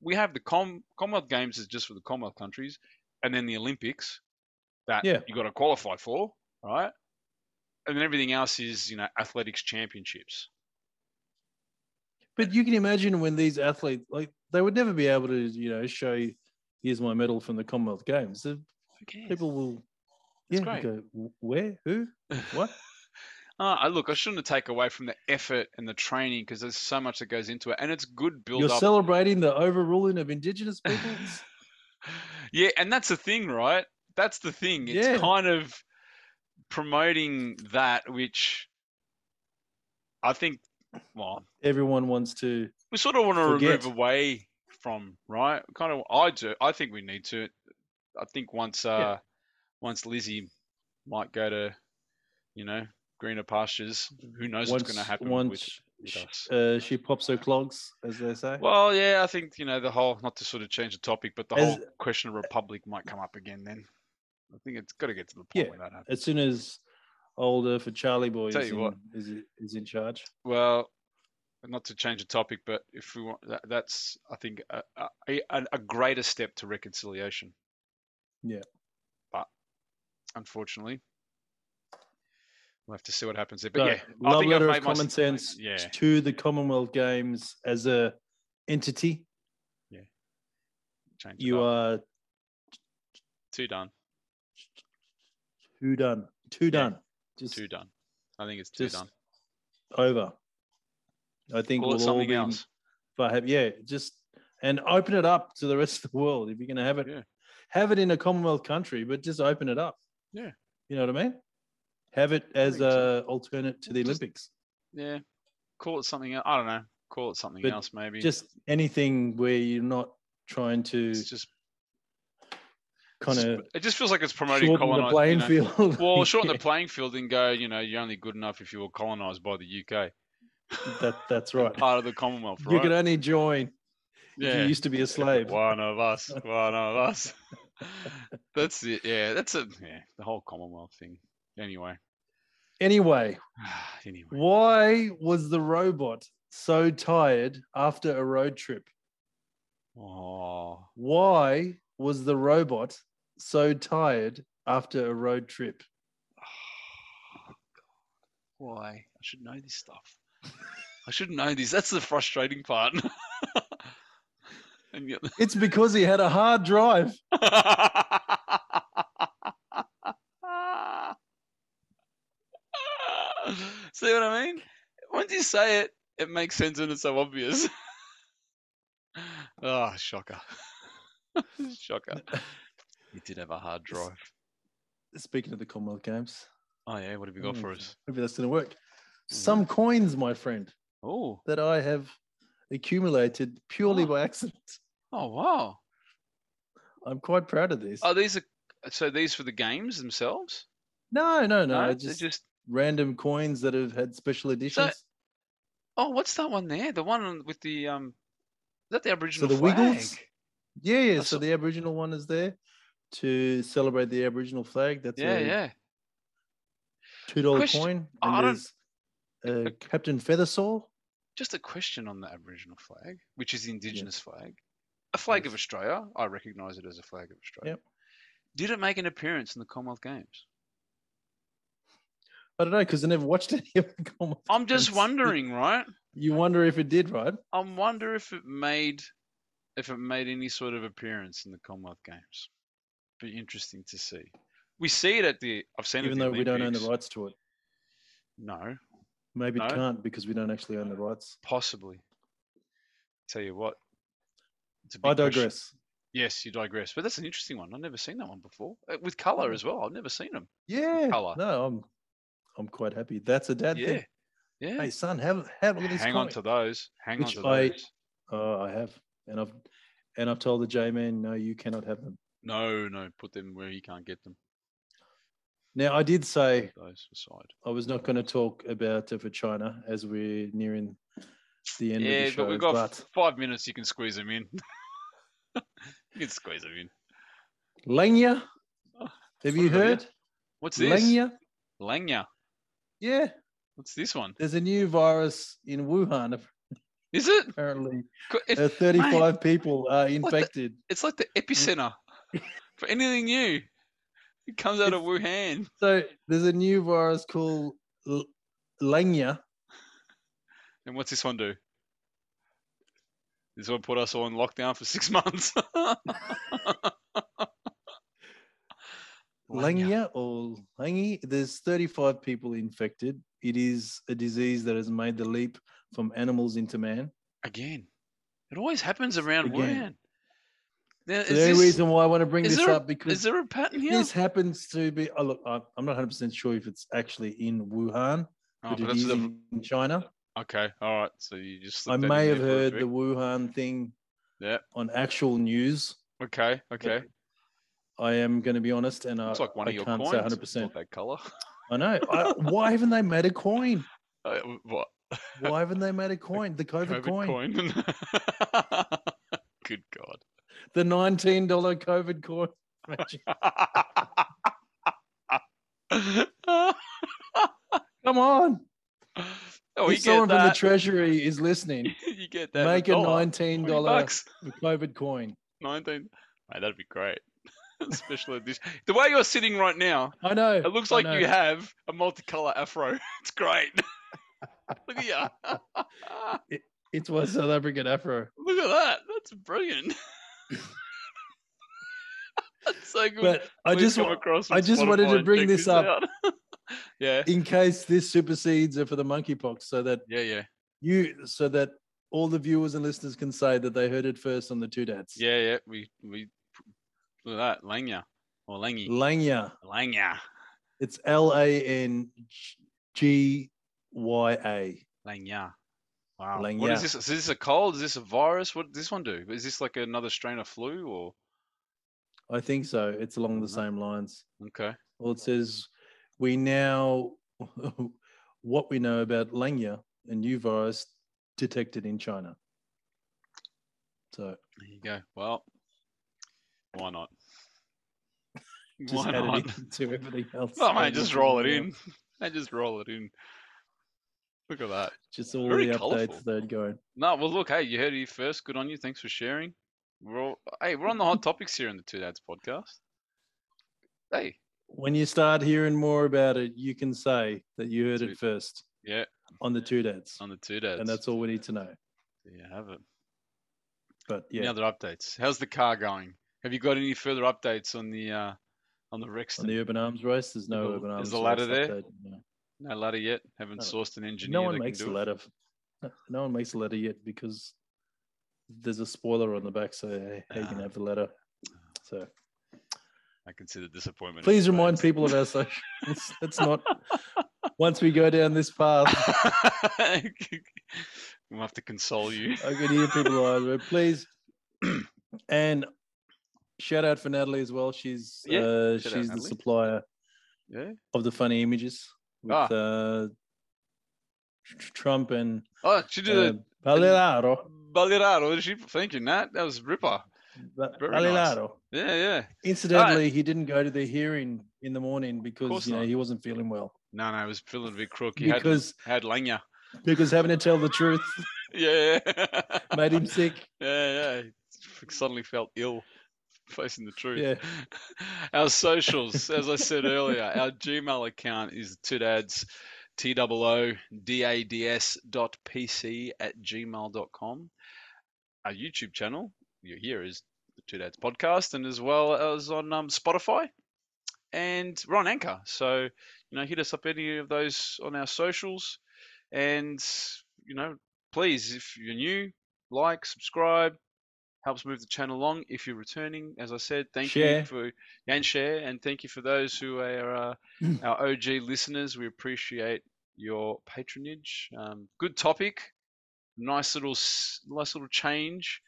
Speaker 2: We have the Com- Commonwealth Games is just for the Commonwealth countries, and then the Olympics that
Speaker 3: Yeah.
Speaker 2: you got to qualify for, right? And then everything else is, you know, athletics championships.
Speaker 3: But you can imagine when these athletes, like, they would never be able to, you know, show you, here's my medal from the Commonwealth Games. The
Speaker 2: Who cares?
Speaker 3: people will,
Speaker 2: It's
Speaker 3: yeah,
Speaker 2: great.
Speaker 3: go, "Wh- where, who, what?
Speaker 2: Ah, I look, I shouldn't take away from the effort and the training because there's so much that goes into it, and it's good build
Speaker 3: You're
Speaker 2: up.
Speaker 3: celebrating the overruling of Indigenous peoples.
Speaker 2: yeah, and that's the thing, right? That's the thing. It's
Speaker 3: Yeah.
Speaker 2: kind of promoting that, which I think, well,
Speaker 3: Everyone wants to.
Speaker 2: we sort of want to remove
Speaker 3: Forget.
Speaker 2: away from, right? Kind of, I do. I think we need to. I think once, uh, once Lizzie might go to, you know, greener pastures. Who knows what's going to
Speaker 3: once-
Speaker 2: happen
Speaker 3: Once
Speaker 2: with, with
Speaker 3: sh-
Speaker 2: us?
Speaker 3: uh, she pops her clogs, as they say.
Speaker 2: Well, yeah, I think you know the whole. Not to sort of change the topic, but the
Speaker 3: As-
Speaker 2: whole question of republic might come up again then. I think it's got to get to the point
Speaker 3: Yeah.
Speaker 2: where that happens.
Speaker 3: As soon as older for Charlie Boy
Speaker 2: Tell
Speaker 3: is
Speaker 2: you
Speaker 3: in,
Speaker 2: what.
Speaker 3: is, is in charge.
Speaker 2: Well, not to change the topic, but if we want, that, that's I think a, a, a- a greater step to reconciliation.
Speaker 3: Yeah.
Speaker 2: But unfortunately, we'll have to see what happens there.
Speaker 3: So,
Speaker 2: But yeah, I
Speaker 3: love
Speaker 2: think I've
Speaker 3: letter
Speaker 2: made
Speaker 3: of
Speaker 2: my s-
Speaker 3: common sense
Speaker 2: Yeah.
Speaker 3: to the Commonwealth Games as a entity.
Speaker 2: Change
Speaker 3: You are
Speaker 2: too done.
Speaker 3: too done. Too done. Just
Speaker 2: Too done. I think it's too
Speaker 3: just
Speaker 2: done.
Speaker 3: over. I think
Speaker 2: Call it
Speaker 3: we'll all
Speaker 2: something
Speaker 3: be
Speaker 2: else.
Speaker 3: But have yeah, just and open it up to the rest of the world. If you're gonna have it,
Speaker 2: Yeah.
Speaker 3: have it in a Commonwealth country, but just open it up.
Speaker 2: Yeah.
Speaker 3: you know what I mean. Have it as
Speaker 2: think so.
Speaker 3: a alternate to the
Speaker 2: Just-
Speaker 3: Olympics.
Speaker 2: Yeah. Call it something. el- I don't know. Call it something
Speaker 3: But
Speaker 2: else. Maybe.
Speaker 3: Just anything where you're not trying to
Speaker 2: it's just it's
Speaker 3: kind
Speaker 2: just-
Speaker 3: of
Speaker 2: It just feels like it's promoting
Speaker 3: shorten the
Speaker 2: colonization.
Speaker 3: playing field.
Speaker 2: Well, shorten the
Speaker 3: Yeah,
Speaker 2: playing field and go, you know, you're only good enough if you were colonized by the UK,
Speaker 3: that, that's right.
Speaker 2: part of the Commonwealth,
Speaker 3: You
Speaker 2: right?
Speaker 3: could only join if
Speaker 2: yeah,
Speaker 3: you used to be a slave.
Speaker 2: one of us, one of us. that's it. Yeah, that's a yeah, the whole Commonwealth thing. Anyway,
Speaker 3: Anyway,
Speaker 2: anyway,
Speaker 3: why was the robot so tired after a road trip?
Speaker 2: oh,
Speaker 3: Why was the robot so tired after a road trip?
Speaker 2: why? I should know this stuff. I should know this. That's the frustrating part. and yet,
Speaker 3: It's because he had a hard drive.
Speaker 2: See what I mean? Once you say it, it makes sense and it's so obvious. Ah, shocker. shocker. You did have a hard drive.
Speaker 3: Speaking of the Commonwealth Games,
Speaker 2: Oh, yeah. What have you got for Mm-hmm. us?
Speaker 3: maybe that's going to work. Some coins, my friend,
Speaker 2: Oh,
Speaker 3: that I have accumulated purely
Speaker 2: Oh.
Speaker 3: by accident.
Speaker 2: oh, wow.
Speaker 3: I'm quite proud of this.
Speaker 2: Oh, these are so these for the games themselves?
Speaker 3: no, no, no.
Speaker 2: they're
Speaker 3: just,
Speaker 2: just
Speaker 3: random coins that have had special editions.
Speaker 2: oh, what's that one there? The one on- with the um, is that the
Speaker 3: So,
Speaker 2: Aboriginal
Speaker 3: the Wiggles.
Speaker 2: flag?
Speaker 3: Yeah, yeah. So
Speaker 2: saw-
Speaker 3: the Aboriginal one is there to celebrate the Aboriginal flag. That's
Speaker 2: Yeah,
Speaker 3: a
Speaker 2: yeah.
Speaker 3: two dollar
Speaker 2: Question-
Speaker 3: coin.
Speaker 2: Oh, I
Speaker 3: And
Speaker 2: don't-
Speaker 3: there's uh, Captain Feathersaw.
Speaker 2: Just a question on the Aboriginal flag, which is the Indigenous flag, a flag of
Speaker 3: Yes.
Speaker 2: Australia. I recognise it as a flag of Australia.
Speaker 3: Yep.
Speaker 2: Did it make an appearance in the Commonwealth Games?
Speaker 3: I don't know because I never watched any of the Commonwealth.
Speaker 2: I'm just
Speaker 3: Games.
Speaker 2: wondering, right?
Speaker 3: You wonder if it did, right?
Speaker 2: I wonder if it made, if it made any sort of appearance in the Commonwealth Games. Be interesting to see. We see it at the. I've seen
Speaker 3: Even
Speaker 2: it.
Speaker 3: though
Speaker 2: at the
Speaker 3: we don't own the
Speaker 2: Olympics.
Speaker 3: rights to it,
Speaker 2: No,
Speaker 3: maybe it
Speaker 2: No.
Speaker 3: can't because we don't actually own the rights.
Speaker 2: possibly. Tell you what. It's a
Speaker 3: I
Speaker 2: big question.
Speaker 3: digress.
Speaker 2: Yes, you digress. But that's an interesting one. I've never seen that one before. Uh, With
Speaker 3: Hmm.
Speaker 2: color as well. I've never seen them.
Speaker 3: Yeah.
Speaker 2: colour.
Speaker 3: No, I'm. I'm quite happy. That's a dad
Speaker 2: Yeah.
Speaker 3: thing.
Speaker 2: Yeah.
Speaker 3: Hey, son, have have a look at this
Speaker 2: Hang on
Speaker 3: coin.
Speaker 2: to those. Hang
Speaker 3: Which
Speaker 2: on to
Speaker 3: I-
Speaker 2: those.
Speaker 3: Oh, I have, and I've and I've told the J man, no, you cannot have them.
Speaker 2: No, no, put them where he can't get them.
Speaker 3: Now, I did say
Speaker 2: Put those aside.
Speaker 3: I was not going to talk about it for China as we're nearing the end of
Speaker 2: yeah,
Speaker 3: the show,
Speaker 2: but
Speaker 3: but,
Speaker 2: we've got f- five minutes. You can squeeze them in. you can squeeze them in.
Speaker 3: Langya,
Speaker 2: Oh,
Speaker 3: have
Speaker 2: what
Speaker 3: you
Speaker 2: have I got?
Speaker 3: heard
Speaker 2: What's this?
Speaker 3: Langya?
Speaker 2: Langya.
Speaker 3: Yeah,
Speaker 2: What's this one?
Speaker 3: there's a new virus in Wuhan.
Speaker 2: Is it?
Speaker 3: Apparently,
Speaker 2: Co- it-
Speaker 3: uh, 35 people are
Speaker 2: what the-
Speaker 3: infected.
Speaker 2: It's like the epicenter for anything new. It comes out of Wuhan.
Speaker 3: So there's a new virus called L- Langya.
Speaker 2: And what's this one do? This one put us all in lockdown for six months. Lanya.
Speaker 3: Langya or Langi. There's 35 people infected. It is a disease that has made the leap from animals into man.
Speaker 2: Again. It always happens around
Speaker 3: Again.
Speaker 2: Wuhan. Now, is,
Speaker 3: The only
Speaker 2: this,
Speaker 3: reason why I want to bring
Speaker 2: is
Speaker 3: this
Speaker 2: there a-
Speaker 3: up because
Speaker 2: is there a pattern
Speaker 3: If
Speaker 2: here?
Speaker 3: this happens to be, oh, look, I- I'm not 100% sure if it's actually in Wuhan,
Speaker 2: Oh,
Speaker 3: but
Speaker 2: but
Speaker 3: it
Speaker 2: that's
Speaker 3: is
Speaker 2: the-
Speaker 3: in China.
Speaker 2: okay, all right. So you just
Speaker 3: I
Speaker 2: slipped that in
Speaker 3: may
Speaker 2: there
Speaker 3: have
Speaker 2: for a
Speaker 3: heard the
Speaker 2: trick.
Speaker 3: Wuhan thing
Speaker 2: Yep.
Speaker 3: on actual news.
Speaker 2: Okay, okay.
Speaker 3: I am going to be honest, and I,
Speaker 2: It's like one
Speaker 3: I
Speaker 2: of your
Speaker 3: can't
Speaker 2: coins.
Speaker 3: say
Speaker 2: it's not
Speaker 3: 100%.
Speaker 2: that color.
Speaker 3: I know. I, why haven't they made a coin?
Speaker 2: Uh, what?
Speaker 3: Why haven't they made a coin? The COVID,
Speaker 2: COVID
Speaker 3: coin.
Speaker 2: coin. Good God.
Speaker 3: the $19 COVID coin. Imagine.
Speaker 2: oh,
Speaker 3: Come on.
Speaker 2: Oh, you
Speaker 3: if someone
Speaker 2: get
Speaker 3: from the
Speaker 2: that.
Speaker 3: Treasury is listening,
Speaker 2: you get that.
Speaker 3: make a
Speaker 2: dollar.
Speaker 3: $19
Speaker 2: $20 bucks.
Speaker 3: COVID coin.
Speaker 2: 19. Mate, that'd be great. Special edition. The way you're sitting right now,
Speaker 3: I know.
Speaker 2: it looks
Speaker 3: I
Speaker 2: like
Speaker 3: know.
Speaker 2: you have a multicolor afro. It's great. Look at you.
Speaker 3: It's my South African afro.
Speaker 2: Look at that. That's brilliant. That's so good.
Speaker 3: But I
Speaker 2: We've
Speaker 3: just
Speaker 2: come
Speaker 3: wa-
Speaker 2: across
Speaker 3: I
Speaker 2: and
Speaker 3: just wanted to
Speaker 2: Spotify and
Speaker 3: bring
Speaker 2: check
Speaker 3: this up.
Speaker 2: out. yeah.
Speaker 3: in case this supersedes it for the monkeypox, so that
Speaker 2: Yeah, yeah.
Speaker 3: you so that all the viewers and listeners can say that they heard it first on the two dads.
Speaker 2: Yeah, yeah. We we look at that. Langya. Or Langy.
Speaker 3: Langya.
Speaker 2: Langya.
Speaker 3: It's L A N G Y A.
Speaker 2: Langya. Wow. What
Speaker 3: Langya.
Speaker 2: is this? Is this a cold? Is this a virus? What does this one do? Is this like another strain of flu or
Speaker 3: I think so. It's along
Speaker 2: Mm-hmm.
Speaker 3: the same lines.
Speaker 2: okay.
Speaker 3: Well, it says we now what we know about Langya, a new virus detected in China. So
Speaker 2: There you go. Well, why not?
Speaker 3: just
Speaker 2: why
Speaker 3: add
Speaker 2: not?
Speaker 3: it into everything else.
Speaker 2: Oh
Speaker 3: over
Speaker 2: man, just
Speaker 3: to
Speaker 2: roll it
Speaker 3: now.
Speaker 2: in. I just roll it in. Look at that.
Speaker 3: Just all
Speaker 2: Very
Speaker 3: the
Speaker 2: colourful.
Speaker 3: updates that are going.
Speaker 2: No, well look, hey, you heard it here first. Good on you. Thanks for sharing. We're all, hey, we're on the hot topics here in the Two Dads podcast. Hey,
Speaker 3: when you start hearing more about it, you can say that you heard
Speaker 2: Two-
Speaker 3: it first
Speaker 2: yeah,
Speaker 3: on the two dads,
Speaker 2: on the Two Dads.
Speaker 3: and that's all we need to know.
Speaker 2: there you have it.
Speaker 3: But
Speaker 2: Any
Speaker 3: yeah,
Speaker 2: other updates? How's the car going? Have you got any further updates on the uh on the Rex?
Speaker 3: on the urban arms race, there's no
Speaker 2: the-
Speaker 3: urban
Speaker 2: is
Speaker 3: arms.
Speaker 2: the ladder
Speaker 3: race
Speaker 2: there?
Speaker 3: update, no.
Speaker 2: no ladder yet. Haven't
Speaker 3: No.
Speaker 2: sourced an engineer.
Speaker 3: No one
Speaker 2: that
Speaker 3: makes
Speaker 2: can
Speaker 3: the
Speaker 2: do it.
Speaker 3: ladder. f- no- No one makes the ladder yet because there's a spoiler on the back, so hey, you can
Speaker 2: Ah.
Speaker 3: have the ladder. So
Speaker 2: I can see the disappointment. in
Speaker 3: please
Speaker 2: your
Speaker 3: remind
Speaker 2: face.
Speaker 3: people of our socials. It's not once we go down this path.
Speaker 2: we'll have to console you.
Speaker 3: I can hear people over. Please, and shout out for Natalie as well. She's
Speaker 2: Yeah,
Speaker 3: uh,
Speaker 2: shout out
Speaker 3: she's the
Speaker 2: Natalie.
Speaker 3: supplier
Speaker 2: Yeah.
Speaker 3: of the funny images with
Speaker 2: Ah.
Speaker 3: uh, Tr- Trump and
Speaker 2: Oh, she did
Speaker 3: uh,
Speaker 2: a
Speaker 3: Valero.
Speaker 2: Baliraro. Did she? Thank you, Nat. That was Ripper.
Speaker 3: Va-
Speaker 2: very nice.
Speaker 3: Valero.
Speaker 2: Yeah, yeah.
Speaker 3: Incidentally, he didn't go to the hearing in the morning
Speaker 2: course
Speaker 3: because you know
Speaker 2: not.
Speaker 3: he wasn't feeling well.
Speaker 2: No, no, it was feeling a bit crook. He
Speaker 3: Because
Speaker 2: had, had Lanya.
Speaker 3: because having to tell the truth
Speaker 2: Yeah,
Speaker 3: made him sick.
Speaker 2: Yeah, yeah. He Suddenly felt ill facing the truth.
Speaker 3: Yeah.
Speaker 2: Our socials, as I said earlier, our Gmail account is two dads, T O O D A D S dot PC at gmail.com. Our YouTube channel, you're here, is the Two Dads Podcast, and as well as on um, Spotify. And we're on Anchor. So, you know, hit us up any of those on our socials. And, you know, please, if you're new, like, subscribe, helps move the channel along. If you're returning, as I said, thank you
Speaker 3: Share.
Speaker 2: for and share, and thank you for those who are uh, our OG listeners. We appreciate your patronage. Um, good topic, nice little s- nice little change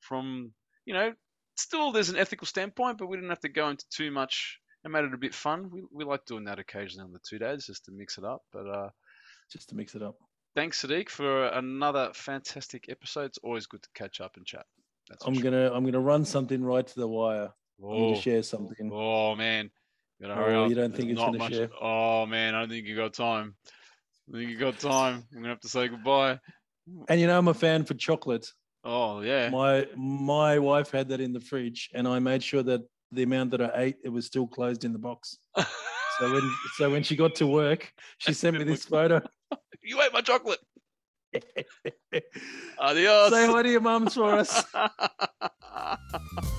Speaker 2: from you know. Still, there's an ethical standpoint, but we didn't have to go into too much. It made it a bit fun. We, we like doing that occasionally on the two days just to mix it up. But uh,
Speaker 3: Just to mix it up.
Speaker 2: thanks, Sadiq, for another fantastic episode. It's always good to catch up and chat. That's for
Speaker 3: I'm
Speaker 2: sure.
Speaker 3: gonna I'm gonna run something right to the wire. I'm
Speaker 2: Oh.
Speaker 3: gonna share something.
Speaker 2: Oh man, you gotta hurry
Speaker 3: Oh,
Speaker 2: up.
Speaker 3: you don't
Speaker 2: There's
Speaker 3: think it's
Speaker 2: not
Speaker 3: gonna
Speaker 2: much-
Speaker 3: share?
Speaker 2: Oh man, I don't think you got time. I think you got time. I'm gonna have to say goodbye.
Speaker 3: And you know, I'm a fan for chocolate.
Speaker 2: Oh yeah.
Speaker 3: My my wife had that in the fridge, and I made sure that the amount that I ate, it was still closed in the box. So when so when she got to work, she sent me this photo.
Speaker 2: you ate my chocolate.
Speaker 3: Say
Speaker 2: Adios.
Speaker 3: hi to your mums for us.
Speaker 2: us.